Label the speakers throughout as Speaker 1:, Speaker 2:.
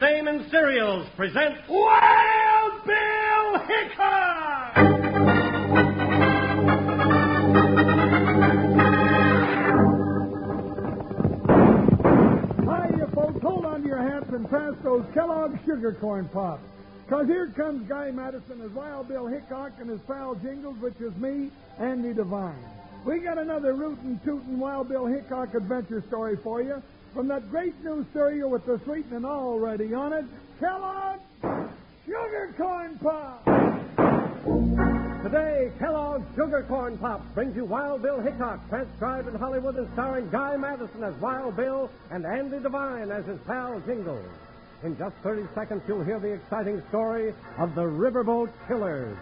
Speaker 1: Same and Cereals present Wild Bill Hickok!
Speaker 2: Hi, you folks. Hold on to your hats and pass those Kellogg's sugar corn pops. Because here comes Guy Madison as Wild Bill Hickok and his pal Jingles, which is me, Andy Devine. We got another rootin' tootin' Wild Bill Hickok adventure story for you from that great new cereal with the sweetening already on it, Kellogg's Sugar Corn Pops.
Speaker 1: Today, Kellogg's Sugar Corn Pops brings you Wild Bill Hickok, transcribed in Hollywood and starring Guy Madison as Wild Bill and Andy Devine as his pal Jingles. In just 30 seconds, you'll hear the exciting story of the Riverboat Killers.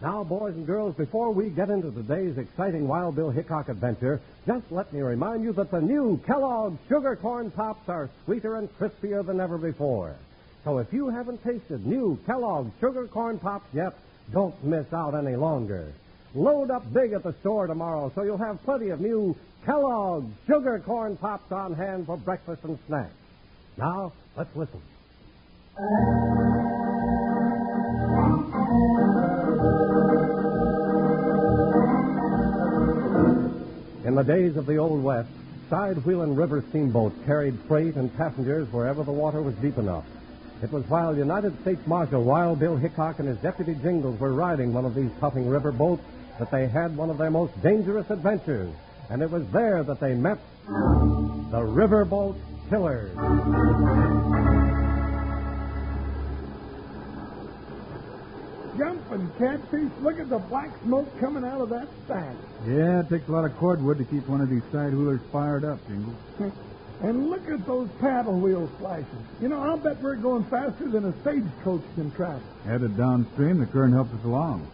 Speaker 1: Now, boys and girls, before we get into today's exciting Wild Bill Hickok adventure, just let me remind you that the new Kellogg's Sugar Corn Pops are sweeter and crispier than ever before. So if you haven't tasted new Kellogg's Sugar Corn Pops yet, don't miss out any longer. Load up big at the store tomorrow so you'll have plenty of new Kellogg's Sugar Corn Pops on hand for breakfast and snacks. Now, let's listen. In the days of the Old West, side-wheeling river steamboats carried freight and passengers wherever the water was deep enough. It was while United States Marshal Wild Bill Hickok and his deputy Jingles were riding one of these puffing river boats that they had one of their most dangerous adventures, and it was there that they met the riverboat killers.
Speaker 2: Jumping catfish, look at the black smoke coming out of that stack.
Speaker 3: Yeah, it takes a lot of cordwood to keep one of these side wheelers fired up, Jingles.
Speaker 2: And look at those paddle wheels flashing. You know, I'll bet we're going faster than a stagecoach can travel.
Speaker 3: Headed downstream, the current helps us along.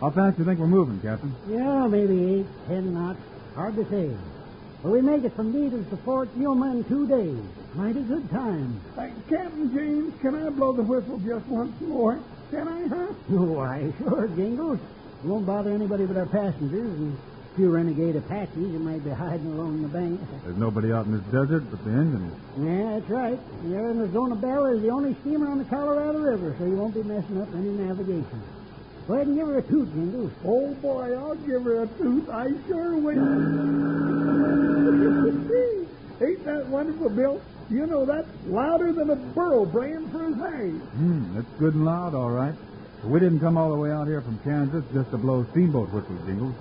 Speaker 3: How fast do you think we're moving, Captain?
Speaker 4: Yeah, maybe eight, ten knots. Hard to say. But we make it from Needles to Fort Yuma in two days. Mighty good time.
Speaker 2: Hey, Captain James, can I blow the whistle just once more? Can I, huh?
Speaker 4: Why, sure, Jingles. It won't bother anybody but our passengers and a few renegade Apaches who might be hiding along the bank.
Speaker 3: There's nobody out in this desert but the engine.
Speaker 4: yeah, that's right. The Arizona Bell is the only steamer on the Colorado River, so you won't be messing up any navigation. Go ahead and give her a toot, Jingles.
Speaker 2: Oh, boy, I'll give her a tooth. I sure will. Ain't that wonderful, Bill? You know, that's louder than a burro braying for his hay.
Speaker 3: Hmm, that's good and loud, all right. But we didn't come all the way out here from Kansas just to blow steamboat whistles, Jingles.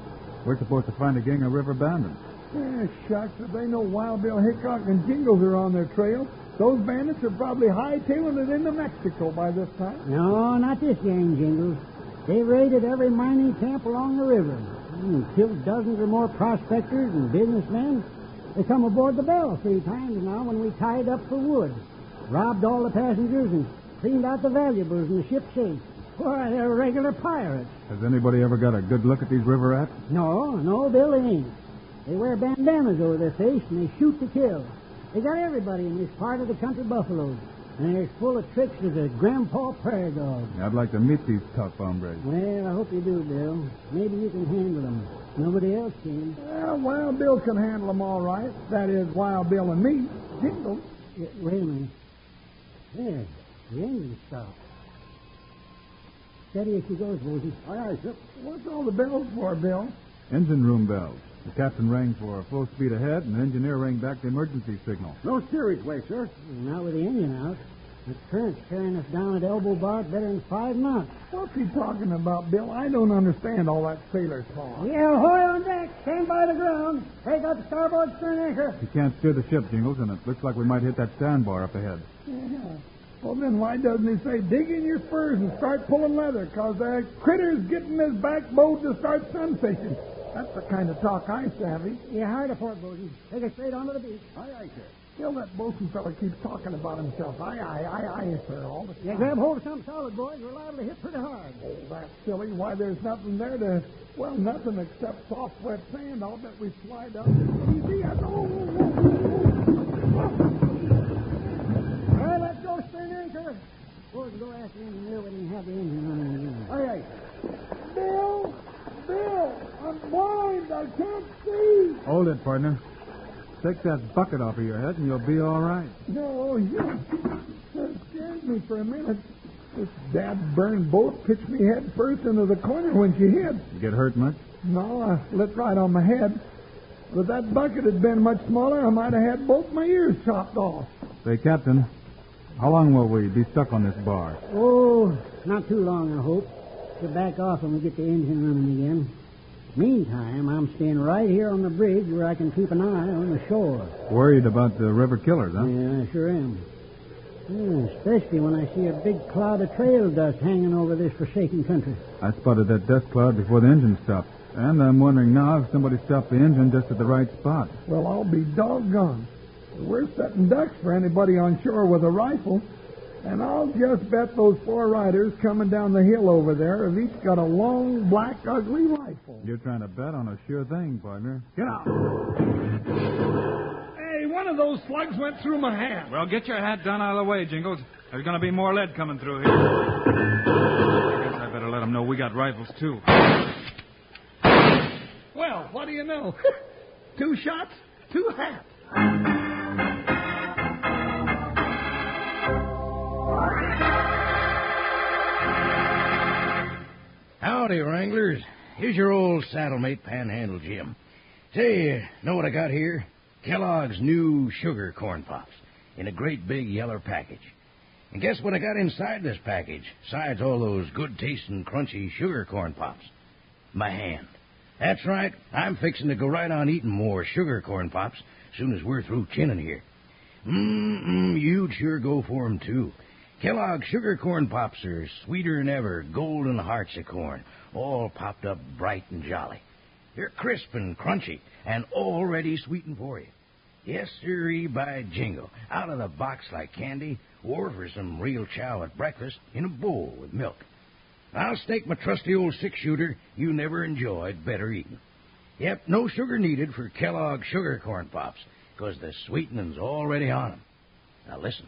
Speaker 3: We're supposed to find a gang of river bandits.
Speaker 2: Yeah, Eh, shucks, if they know Wild Bill Hickok and Jingles are on their trail, those bandits are probably hightailing it into Mexico by this time.
Speaker 4: No, not this gang, Jingles. They raided every mining camp along the river and killed dozens or more prospectors and businessmen. They come aboard the Bell three times now when we tied up for wood, robbed all the passengers, and cleaned out the valuables in the ship's safe. Why, they're regular pirates.
Speaker 3: Has anybody ever got a good look at these river rats?
Speaker 4: No, no, Bill, they ain't. They wear bandanas over their face and they shoot to kill. They got everybody in this part of the country buffaloed, and they're as full of tricks as a grandpa prairie dog.
Speaker 3: I'd like to meet these tough hombres.
Speaker 4: Well, I hope you do, Bill. Maybe you can handle them. Nobody else can.
Speaker 2: Well, Wild Bill can handle 'em all right. That is, Wild Bill and me. Jingles.
Speaker 4: Y- Wait a minute. There, the engine stopped. Steady as she goes, Rosie.
Speaker 2: Aye, aye, sir. What's all the bells for, Bill?
Speaker 3: Engine room bells. The captain rang for full speed ahead, and the engineer rang back the emergency signal.
Speaker 1: No steerage way, sir.
Speaker 4: Not with the engine out. The current's carrying us down at elbow bar better than five knots.
Speaker 2: What's he talking about, Bill? I don't understand all that sailor talk.
Speaker 4: Oh, Yeah, hoy on deck. Stand by the ground. Take out the starboard stern anchor.
Speaker 3: You can't steer the ship, Jingles, and it looks like we might hit that sandbar up ahead.
Speaker 2: Yeah. Well, then why doesn't he say dig in your spurs and start pulling leather? Because that critter's getting his back bowed to start sunfishing. That's the kind of talk I savvy.
Speaker 4: Yeah, hard afore, Rosie. Take her straight onto the beach.
Speaker 2: Aye, aye, sir. Still, that bosun fella keeps talking about himself. Aye, aye, aye, aye, sir, all the time.
Speaker 4: Yeah, grab hold of something solid, boys. We're liable to hit pretty hard.
Speaker 2: Oh, that's silly. Why, there's nothing there to, well, nothing except soft, wet sand. I'll bet we slide up. Easy as, oh,
Speaker 4: All right, let's go stern anchor. Boys, go after the engineer when you have the engine running again.
Speaker 2: Aye, aye. Bill! Bill! I'm blind! I can't see!
Speaker 3: Hold it, partner. Shake that bucket off of your head and you'll be all right.
Speaker 2: No, you that scared me for a minute. This dad burned boat pitched me head first into the corner when she hit.
Speaker 3: You get hurt much?
Speaker 2: No, I lit right on my head. If that bucket had been much smaller, I might have had both my ears chopped off.
Speaker 3: Say, Captain, how long will we be stuck on this bar?
Speaker 4: Oh, not too long, I hope. We'll back off when we get the engine running again. Meantime, I'm staying right here on the bridge where I can keep an eye on the shore.
Speaker 3: Worried about the river killers, huh?
Speaker 4: Yeah, I sure am. Yeah, especially when I see a big cloud of trail dust hanging over this forsaken country.
Speaker 3: I spotted that dust cloud before the engine stopped. And I'm wondering now if somebody stopped the engine just at the right spot.
Speaker 2: Well, I'll be doggone. We're setting ducks for anybody on shore with a rifle. And I'll just bet those four riders coming down the hill over there have each got a long, black, ugly rifle.
Speaker 3: You're trying to bet on a sure thing, partner.
Speaker 2: Get out. Hey, one of those slugs went through my hand.
Speaker 5: Well, get your hat down out of the way, Jingles. There's going to be more lead coming through here. I guess I better let them know we got rifles, too.
Speaker 2: Well, what do you know? two shots, two hats.
Speaker 6: Howdy, Wranglers. Here's your old saddlemate, Panhandle Jim. Say, know what I got here? Kellogg's new sugar corn pops in a great big yellow package. And guess what I got inside this package, besides all those good tasting, crunchy sugar corn pops? My hand. That's right, I'm fixing to go right on eating more sugar corn pops soon as we're through chinning here. Mm-mm, you'd sure go for 'em too. Kellogg's sugar corn pops are sweeter than ever, golden hearts of corn, all popped up bright and jolly. They're crisp and crunchy, and already sweetened for you. Yes, sirree, by jingo. Out of the box like candy, or for some real chow at breakfast in a bowl with milk. I'll stake my trusty old six shooter you never enjoyed better eating. Yep, no sugar needed for Kellogg's sugar corn pops, 'cause the sweetening's already on 'em. Now listen.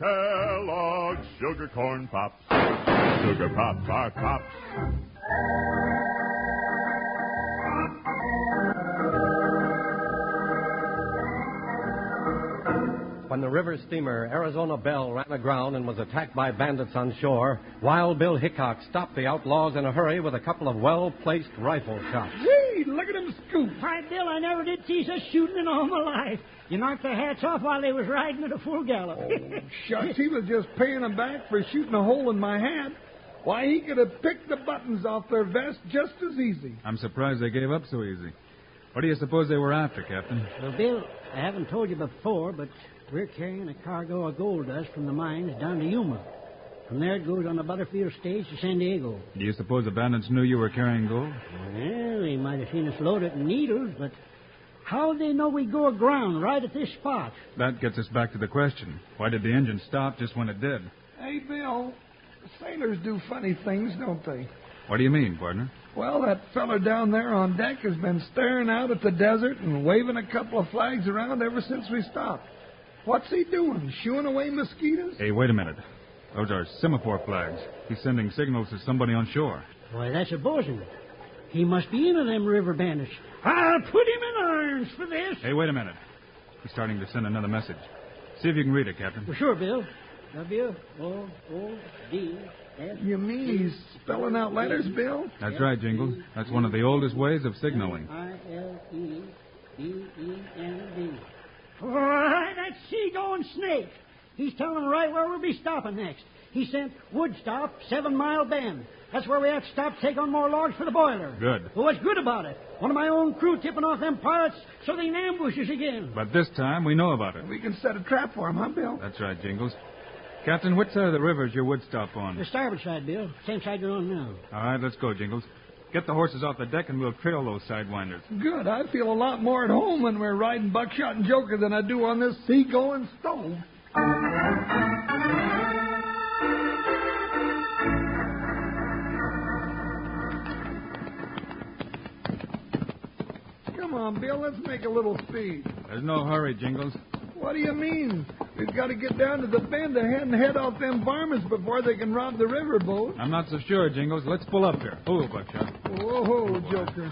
Speaker 7: Kellogg's sugar corn pops. Sugar pops are pops.
Speaker 1: When the river steamer Arizona Belle ran aground and was attacked by bandits on shore, Wild Bill Hickok stopped the outlaws in a hurry with a couple of well placed rifle shots.
Speaker 2: Gee, look at him scoop.
Speaker 4: Why, Bill, I never did see such shooting in all my life. You knocked their hats off while they was riding at a full gallop.
Speaker 2: Shucks, he was just paying 'em back for shooting a hole in my hat. Why, he could have picked the buttons off their vest just as easy.
Speaker 3: I'm surprised they gave up so easy. What do you suppose they were after, Captain?
Speaker 4: well, Bill, I haven't told you before, but we're carrying a cargo of gold dust from the mines down to Yuma. From there it goes on the Butterfield stage to San Diego.
Speaker 3: Do you suppose the bandits knew you were carrying gold?
Speaker 4: Well, they might have seen us load it in needles, but how'd they know we go aground right at this spot?
Speaker 3: That gets us back to the question. Why did the engine stop just when it did?
Speaker 2: Hey, Bill, sailors do funny things, don't they?
Speaker 3: What do you mean, partner?
Speaker 2: Well, that feller down there on deck has been staring out at the desert and waving a couple of flags around ever since we stopped. What's he doing? Shooing away mosquitoes?
Speaker 3: Hey, wait a minute. Those are semaphore flags. He's sending signals to somebody on shore.
Speaker 4: Why, that's a bosun. He must be into them river bandits. I'll put him in irons for this.
Speaker 3: Hey, wait a minute. He's starting to send another message. See if you can read it, Captain.
Speaker 4: Well, sure, Bill. W O O D S.
Speaker 2: You mean he's spelling out letters, Bill?
Speaker 3: That's right, Jingles. That's one of the oldest ways of signaling.
Speaker 4: I L E B E N D. Why, that seagoing snake. He's telling right where we'll be stopping next. He sent Woodstop, Seven Mile Bend. That's where we have to stop to take on more logs for the boiler.
Speaker 3: Good.
Speaker 4: Well, what's good about it? One of my own crew tipping off them pirates so they can ambush us again.
Speaker 3: But this time we know about it.
Speaker 2: We can set a trap for him, huh, Bill?
Speaker 3: That's right, Jingles. Captain, which side of the river is your wood stop on?
Speaker 4: The starboard side, Bill. Same side you're on now.
Speaker 3: All right, let's go, Jingles. Get the horses off the deck and we'll trail those sidewinders.
Speaker 2: Good. I feel a lot more at home when we're riding Buckshot and Joker than I do on this seagoing stove. on, Bill. Let's make a little speed.
Speaker 5: There's no hurry, Jingles.
Speaker 2: What do you mean? We've got to get down to the bend ahead and head off them varmints before they can rob the riverboat.
Speaker 5: I'm not so sure, Jingles. Let's pull up here. Pull, Buckshot.
Speaker 2: Whoa, Joker.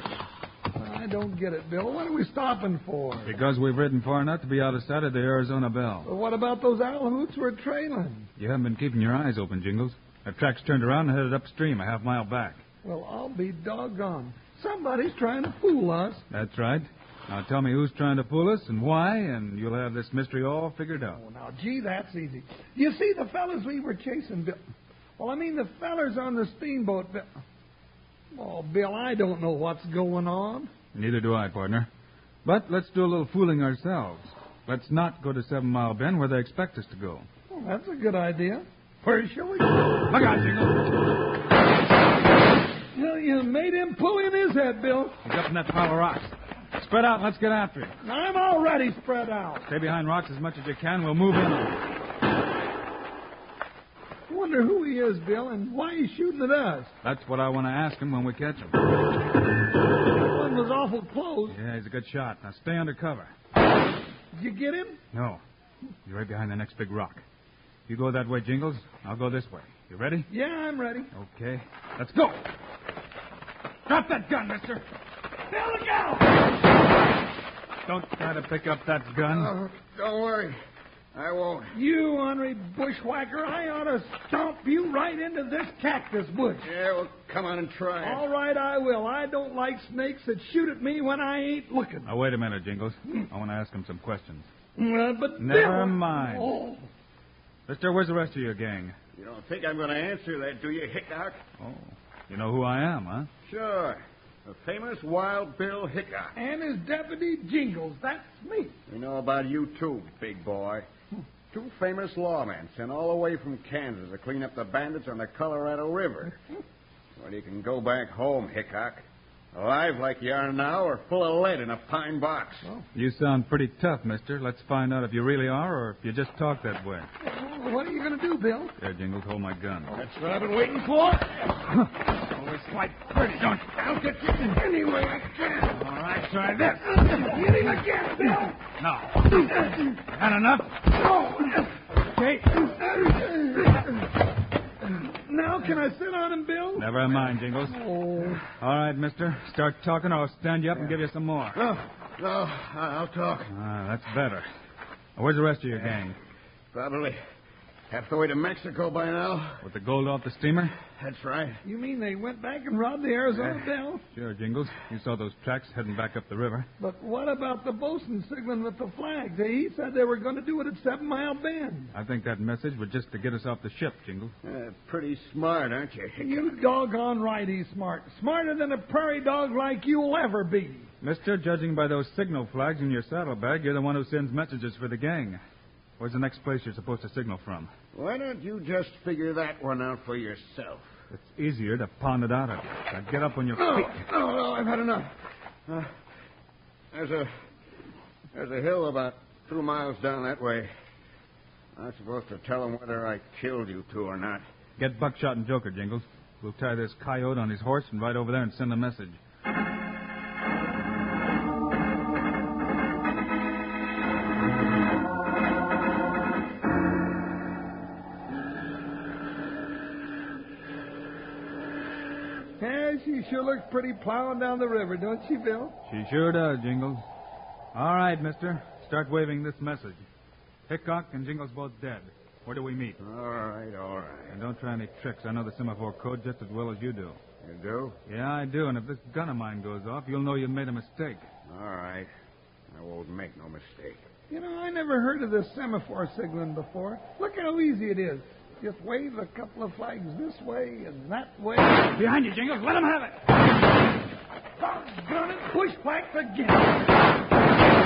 Speaker 2: I don't get it, Bill. What are we stopping for?
Speaker 5: Because we've ridden far enough to be out of sight of the Arizona Bell.
Speaker 2: But what about those owl hoots we're trailing?
Speaker 5: You haven't been keeping your eyes open, Jingles. Our tracks turned around and headed upstream a half mile back.
Speaker 2: Well, I'll be doggone. Somebody's trying to fool us.
Speaker 5: That's right. Now tell me who's trying to fool us and why, and you'll have this mystery all figured out.
Speaker 2: Oh, now, gee, that's easy. You see, the fellas we were chasing, Bill. Well, I mean, the fellas on the steamboat, Bill. Oh, Bill, I don't know what's going on.
Speaker 5: Neither do I, partner. But let's do a little fooling ourselves. Let's not go to Seven Mile Bend where they expect us to go.
Speaker 2: Well, that's a good idea. Where shall we go?
Speaker 5: Look out, Jingles!
Speaker 2: Well, you made him pull in his head, Bill.
Speaker 5: He's up in that pile of rocks. Spread out and let's get after him.
Speaker 2: I'm already spread out.
Speaker 5: Stay behind rocks as much as you can. We'll move in on him.
Speaker 2: Wonder who he is, Bill, and why he's shooting at us.
Speaker 5: That's what I want to ask him when we catch him.
Speaker 2: That one was awful close.
Speaker 5: Yeah, he's a good shot. Now stay under cover.
Speaker 2: Did you get him?
Speaker 5: No. He's right behind the next big rock. You go that way, Jingles. I'll go this way. You ready?
Speaker 2: Yeah, I'm ready.
Speaker 5: Okay. Let's go. Drop that gun, mister.
Speaker 2: Bill, look out!
Speaker 5: Don't try to pick up that gun.
Speaker 8: Don't worry. I won't.
Speaker 2: You ornery bushwhacker, I ought to stomp you right into this cactus bush.
Speaker 8: Yeah, well, come on and try it.
Speaker 2: All right, I will. I don't like snakes that shoot at me when I ain't looking.
Speaker 5: Now, wait a minute, Jingles. I want to ask him some questions.
Speaker 2: Uh, but
Speaker 5: Never
Speaker 2: Bill-
Speaker 5: mind.
Speaker 2: Oh,
Speaker 5: Mister, where's the rest of your gang?
Speaker 8: You don't think I'm going to answer that, do you, Hickok?
Speaker 5: Oh, you know who I am, huh?
Speaker 8: Sure. The famous Wild Bill Hickok.
Speaker 2: and his deputy Jingles. That's me.
Speaker 8: We know about you, too, big boy. Two famous lawmen sent all the way from Kansas to clean up the bandits on the Colorado River. Well, you can go back home, Hickok. Alive like you are now, or full of lead in a pine box.
Speaker 5: You sound pretty tough, mister. Let's find out if you really are or if you just talk that way.
Speaker 2: Oh, What are you going to do, Bill?
Speaker 5: There, Jingles, hold my gun.
Speaker 8: That's what I've been waiting for. Always quite pretty, don't you? I'll get you any way I can.
Speaker 5: All right, try this.
Speaker 8: Get him again, Bill.
Speaker 5: Now. Had enough? Okay.
Speaker 2: Now, can I sit on him, Bill?
Speaker 5: Never mind, Jingles.
Speaker 2: Oh,
Speaker 5: All right, mister. Start talking or I'll stand you up and give you some more.
Speaker 8: No, no, I- I'll talk.
Speaker 5: Ah, that's better. Now, where's the rest of your gang?
Speaker 8: Probably half the way to Mexico by now.
Speaker 5: With the gold off the steamer?
Speaker 8: That's right.
Speaker 2: you mean they went back and robbed the
Speaker 5: Eh.
Speaker 2: Arizona Bell?
Speaker 5: Sure, Jingles. You saw those tracks heading back up the river.
Speaker 2: But what about the bosun signaling with the flag? He said they were going to do it at Seven Mile Bend.
Speaker 5: I think that message was just to get us off the ship, Jingles.
Speaker 8: Uh, pretty smart, aren't you?
Speaker 2: You doggone right he's smart. Smarter than a prairie dog like you'll ever be.
Speaker 5: Mister, judging by those signal flags in your saddlebag, you're the one who sends messages for the gang. Where's the next place you're supposed to signal from?
Speaker 8: Why don't you just figure that one out for yourself?
Speaker 5: It's easier to pound it out of you. Now get up on your
Speaker 8: No,
Speaker 5: feet.
Speaker 2: Oh,
Speaker 8: no, no, I've had enough. Uh, there's a there's a hill about two miles down that way. I'm supposed to tell 'em whether I killed you two or not.
Speaker 5: Get Buckshot and Joker, Jingles. We'll tie this coyote on his horse and ride over there and send a message.
Speaker 2: Yeah, she sure looks pretty plowing down the river, don't she, Bill?
Speaker 5: She sure does, Jingles. All right, mister. Start waving this message. Hickok and Jingles both dead. Where do we meet?
Speaker 8: All right, all right.
Speaker 5: And don't try any tricks. I know the semaphore code just as well as you do.
Speaker 8: You do?
Speaker 5: Yeah, I do. And if this gun of mine goes off, you'll know you've made a mistake.
Speaker 8: All right. I won't make no mistake.
Speaker 2: You know, I never heard of this semaphore signaling before. Look how easy it is. Just wave a couple of flags this way and that way.
Speaker 5: Behind you, Jingles. Let him have it.
Speaker 2: Doggone it, push back again.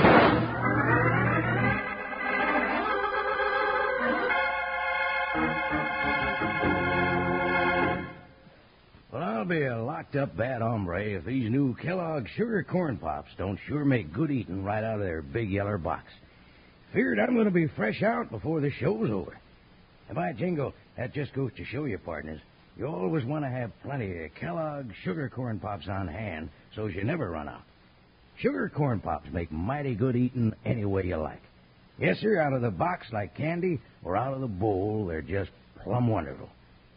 Speaker 6: Well, I'll be a locked up bad hombre if these new Kellogg sugar corn pops don't sure make good eating right out of their big yeller box. Feared I'm going to be fresh out before the show's over. And by jingo, that just goes to show you, partners, you always want to have plenty of Kellogg sugar corn pops on hand so you never run out. Sugar corn pops make mighty good eating any way you like. Yes, sir, out of the box like candy or out of the bowl, they're just plumb wonderful.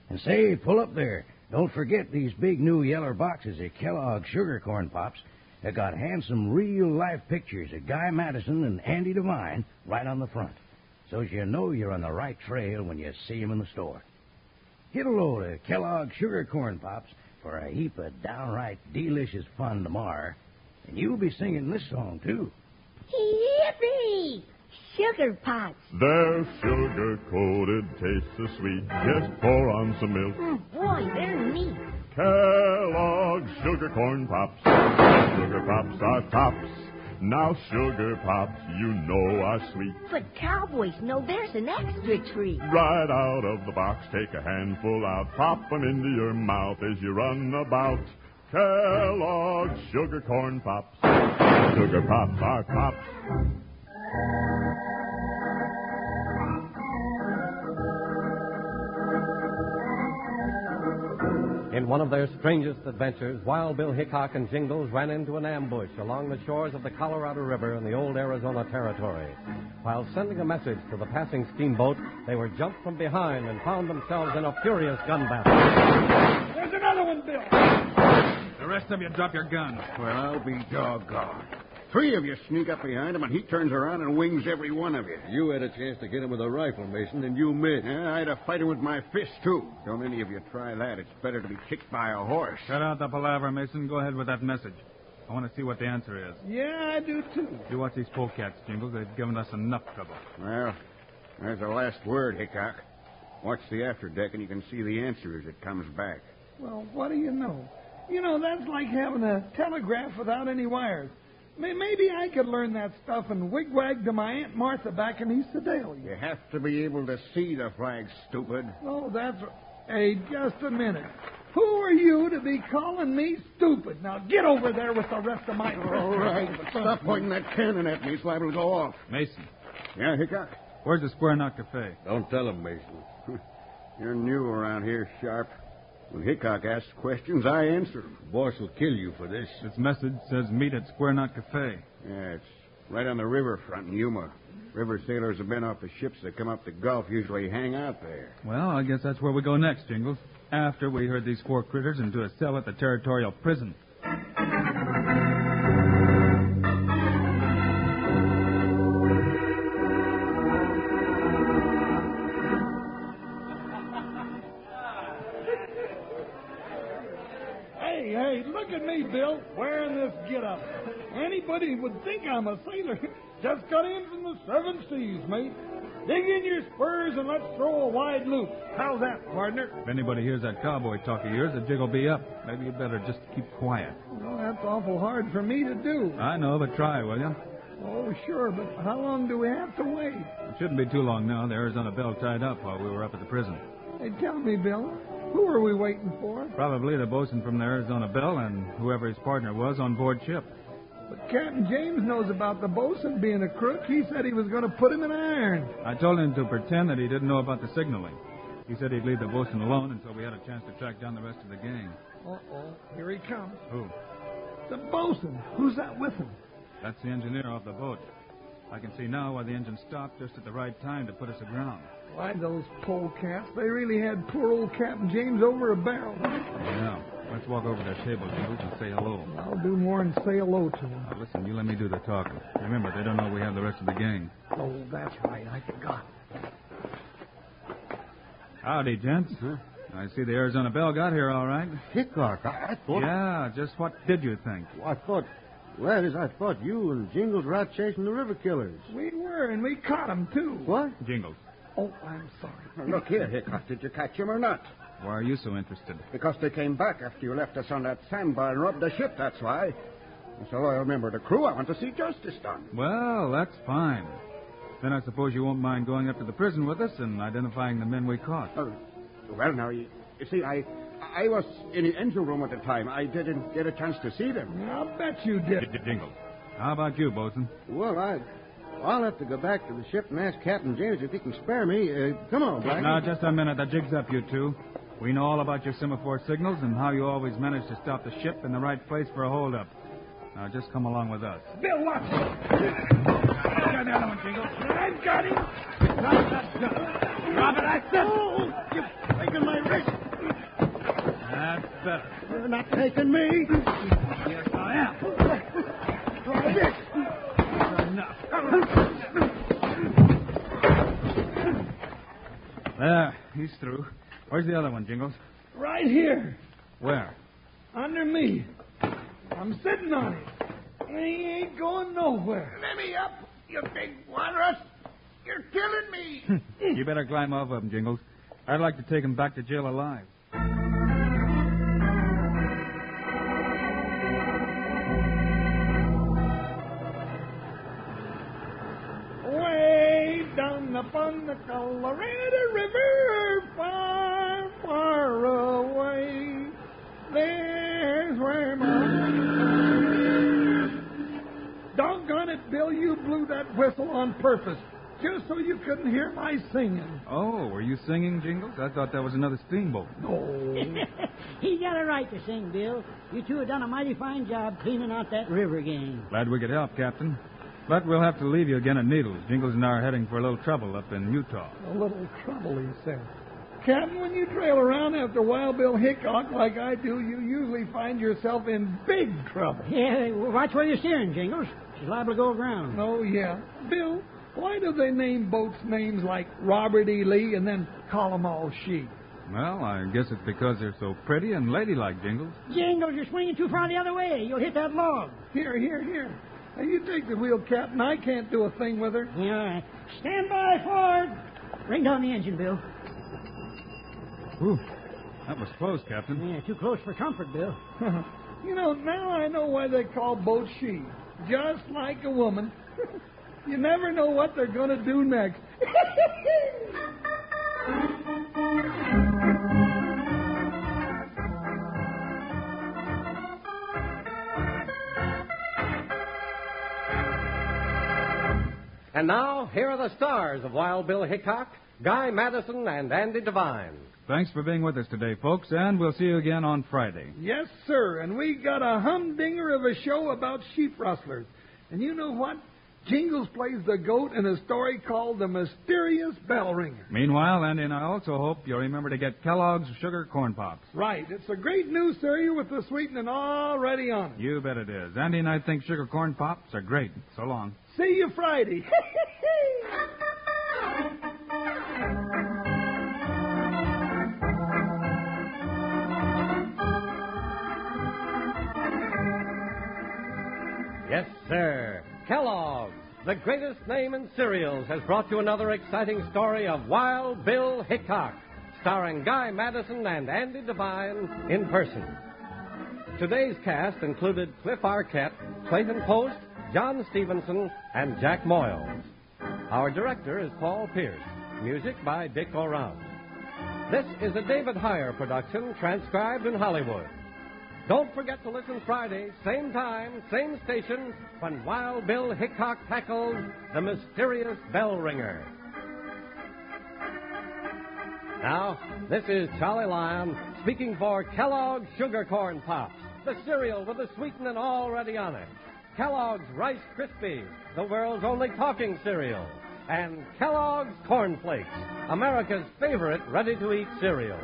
Speaker 6: And say, pull up there. Don't forget these big new yeller boxes of Kellogg's Sugar Corn Pops that got handsome real life pictures of Guy Madison and Andy Devine right on the front. So you know you're on the right trail when you see 'em in the store. Get a load of Kellogg's Sugar Corn Pops for a heap of downright delicious fun tomorrow. And you'll be singing this song, too.
Speaker 9: Yippee! Sugar pots.
Speaker 7: Their sugar coated taste so sweet. Just pour on some milk.
Speaker 9: Mm, boy, they're neat.
Speaker 7: Kellogg's Sugar Corn Pops. Sugar Pops are tops. Now Sugar Pops, you know are sweet.
Speaker 9: But cowboys know there's an extra treat.
Speaker 7: Right out of the box, take a handful out, pop 'em into your mouth as you run about. Kellogg's Sugar Corn Pops. Sugar Pops are tops.
Speaker 1: In one of their strangest adventures, Wild Bill Hickok and Jingles ran into an ambush along the shores of the Colorado River in the old Arizona Territory. While sending a message to the passing steamboat, they were jumped from behind and found themselves in a furious gun battle.
Speaker 2: There's another one, Bill.
Speaker 5: The rest of you drop your guns.
Speaker 8: Well, I'll be doggone. Three of you sneak up behind him, and he turns around and wings every one of you. You had a chance to get him with a rifle, Mason, and you missed. Yeah, I had to fight him with my fist, too. Don't any of you try that. It's better to be kicked by a horse.
Speaker 5: Shut out the palaver, Mason. Go ahead with that message. I want to see what the answer is.
Speaker 2: Yeah, I do too.
Speaker 5: You watch these polecats, Jingles. They've given us enough trouble.
Speaker 8: Well, there's the last word, Hickok. Watch the afterdeck, and you can see the answer as it comes back.
Speaker 2: Well, what do you know? You know, that's like having a telegraph without any wires. May- Maybe I could learn that stuff and wigwag to my Aunt Martha back in East Sedalia.
Speaker 8: You have to be able to see the flag, stupid.
Speaker 2: Oh, that's. Hey, just a minute. Who are you to be calling me stupid? Now get over there with the rest of my.
Speaker 8: All right, but stop pointing that cannon at me. It's liable to go off.
Speaker 5: Mason,
Speaker 8: Yeah, Hickok?
Speaker 5: where's the Square Knot Cafe?
Speaker 8: Don't tell him, Mason. You're new around here, Sharp. When Hickok asks questions, I answer 'em. boss will kill you for this.
Speaker 5: This message says meet at Square Knot Cafe.
Speaker 8: Yeah, it's right on the riverfront in Yuma. River sailors have been off the ships that come up the Gulf usually hang out there.
Speaker 5: Well, I guess that's where we go next, Jingles. After we herd these four critters into a cell at the territorial prison.
Speaker 2: Hey, hey, look at me, Bill, wearing this getup. Anybody would think I'm a sailor. Just got in from the seven seas, mate. Dig in your spurs and let's throw a wide loop. How's that, partner?
Speaker 5: If anybody hears that cowboy talk of yours, the jig'll be up. Maybe you better just keep quiet.
Speaker 2: Well, that's awful hard for me to do.
Speaker 5: I know, but try, will you?
Speaker 2: Oh, sure, but how long do we have to wait?
Speaker 5: It shouldn't be too long now. The Arizona Bell tied up while we were up at the prison.
Speaker 2: Hey, tell me, Bill, who are we waiting for?
Speaker 5: Probably the bosun from the Arizona Bell and whoever his partner was on board ship.
Speaker 2: But Captain James knows about the bosun being a crook. He said he was going to put him in irons.
Speaker 5: I told him to pretend that he didn't know about the signaling. He said he'd leave the bosun alone until we had a chance to track down the rest of the gang.
Speaker 2: Uh-oh, here he comes.
Speaker 5: Who?
Speaker 2: The bosun. Who's that with him?
Speaker 5: That's the engineer off the boat. I can see now why the engine stopped just at the right time to put us aground.
Speaker 2: Why, those polecats. They really had poor old Captain James over a barrel.
Speaker 5: Now, let's walk over to their table, Jingles, and say hello.
Speaker 2: I'll do more than say hello to him.
Speaker 5: Now, listen, you let me do the talking. Remember, they don't know we have the rest of the gang.
Speaker 2: Oh, that's right. I forgot.
Speaker 5: Howdy, gents. I see the Arizona Bell got here all right.
Speaker 4: Hickok, I, I thought.
Speaker 5: Yeah, just what did you think?
Speaker 4: I thought. Well, as I thought you and Jingles were out chasing the river killers.
Speaker 2: We were, and we caught him, too.
Speaker 4: What?
Speaker 5: Jingles,
Speaker 2: Oh, I'm sorry.
Speaker 8: Look here, Hickok. Did you catch him or not?
Speaker 5: why are you so interested?
Speaker 8: Because they came back after you left us on that sandbar and robbed the ship, that's why. And so I remember the crew I want to see justice done.
Speaker 5: Well, that's fine. Then I suppose you won't mind going up to the prison with us and identifying the men we caught.
Speaker 8: Oh, well, now, you, you see, I I was in the engine room at the time. I didn't get a chance to see them.
Speaker 2: I'll bet you did.
Speaker 5: Jingles. How about you, Bosun?
Speaker 4: Well, I. I'll have to go back to the ship and ask Captain James if he can spare me. Uh, come on, Blackie.
Speaker 5: Now, just a minute. The jig's up, you two. We know all about your semaphore signals and how you always manage to stop the ship in the right place for a holdup. Now just come along with us.
Speaker 6: Bill Watson. I got the other one, Jingle. I've got him. Drop that gun. Drop it. I said. Oh, you've taken my wrist.
Speaker 5: That's better.
Speaker 6: You're not taking me.
Speaker 5: Yes, I am.
Speaker 6: Drop it.
Speaker 5: Enough. There, he's through. Where's the other one, Jingles?
Speaker 2: Right here,
Speaker 5: Where?
Speaker 2: under me. I'm sitting on it. He ain't going nowhere.
Speaker 8: Let me up, you big walrus. You're killing me.
Speaker 5: You better climb off of him, Jingles. I'd like to take him back to jail alive.
Speaker 2: Way down upon the Colorado River, far, far away. There's where my. Doggone it, Bill, you blew that whistle on purpose, just so you couldn't hear my singing.
Speaker 5: Oh, were you singing, Jingles? I thought that was another steamboat.
Speaker 2: No.
Speaker 4: He's got a right to sing, Bill. You two have done a mighty fine job cleaning out that river gang.
Speaker 5: Glad we could help, Captain. But we'll have to leave you again at Needles. Jingles and I are heading for a little trouble up in Utah.
Speaker 2: A little trouble, he said. Captain, when you trail around after Wild Bill Hickok like I do, you usually find yourself in big trouble.
Speaker 4: Yeah, well, watch where you're steering, Jingles. She's liable to go aground.
Speaker 2: Oh, yeah. Bill, why do they name boats names like Robert E. Lee and then call 'em all sheep?
Speaker 5: Well, I guess it's because they're so pretty and ladylike, Jingles.
Speaker 4: Jingles, you're swinging too far the other way. You'll hit that log.
Speaker 2: Here, here, here. Now, you take the wheel, Captain. I can't do a thing with her.
Speaker 4: All right. Stand by, Ford. Bring down the engine, Bill.
Speaker 5: Whew. That was close, Captain.
Speaker 4: Yeah, too close for comfort, Bill.
Speaker 2: you know, now I know why they call boats sheep. Just like a woman. you never know what they're going to do next.
Speaker 1: And now, here are the stars of Wild Bill Hickok, Guy Madison, and Andy Devine.
Speaker 5: Thanks for being with us today, folks, and we'll see you again on Friday.
Speaker 2: Yes, sir. And we got a humdinger of a show about sheep rustlers. And you know what? Jingles plays the goat in a story called The Mysterious Bell Ringer.
Speaker 5: Meanwhile, Andy and I also hope you'll remember to get Kellogg's Sugar Corn Pops.
Speaker 2: Right. It's a great new cereal with the sweetening already on it.
Speaker 5: You bet it is. Andy and I think Sugar Corn Pops are great. So long.
Speaker 2: See you Friday.
Speaker 1: Yes, sir. Kellogg's, the greatest name in cereals, has brought you another exciting story of Wild Bill Hickok, starring Guy Madison and Andy Devine in person. Today's cast included Cliff Arquette, Clayton Post, John Stevenson, and Jack Moyles. Our director is Paul Pierce. Music by Dick Oran. This is a David Heyer production transcribed in Hollywood. Don't forget to listen Friday, same time, same station, when Wild Bill Hickok tackles the mysterious bell ringer. Now, this is Charlie Lyon speaking for Kellogg's Sugar Corn Pops, the cereal with the sweetening already on it, Kellogg's Rice Krispies, the world's only talking cereal, and Kellogg's Corn Flakes, America's favorite ready to eat cereal.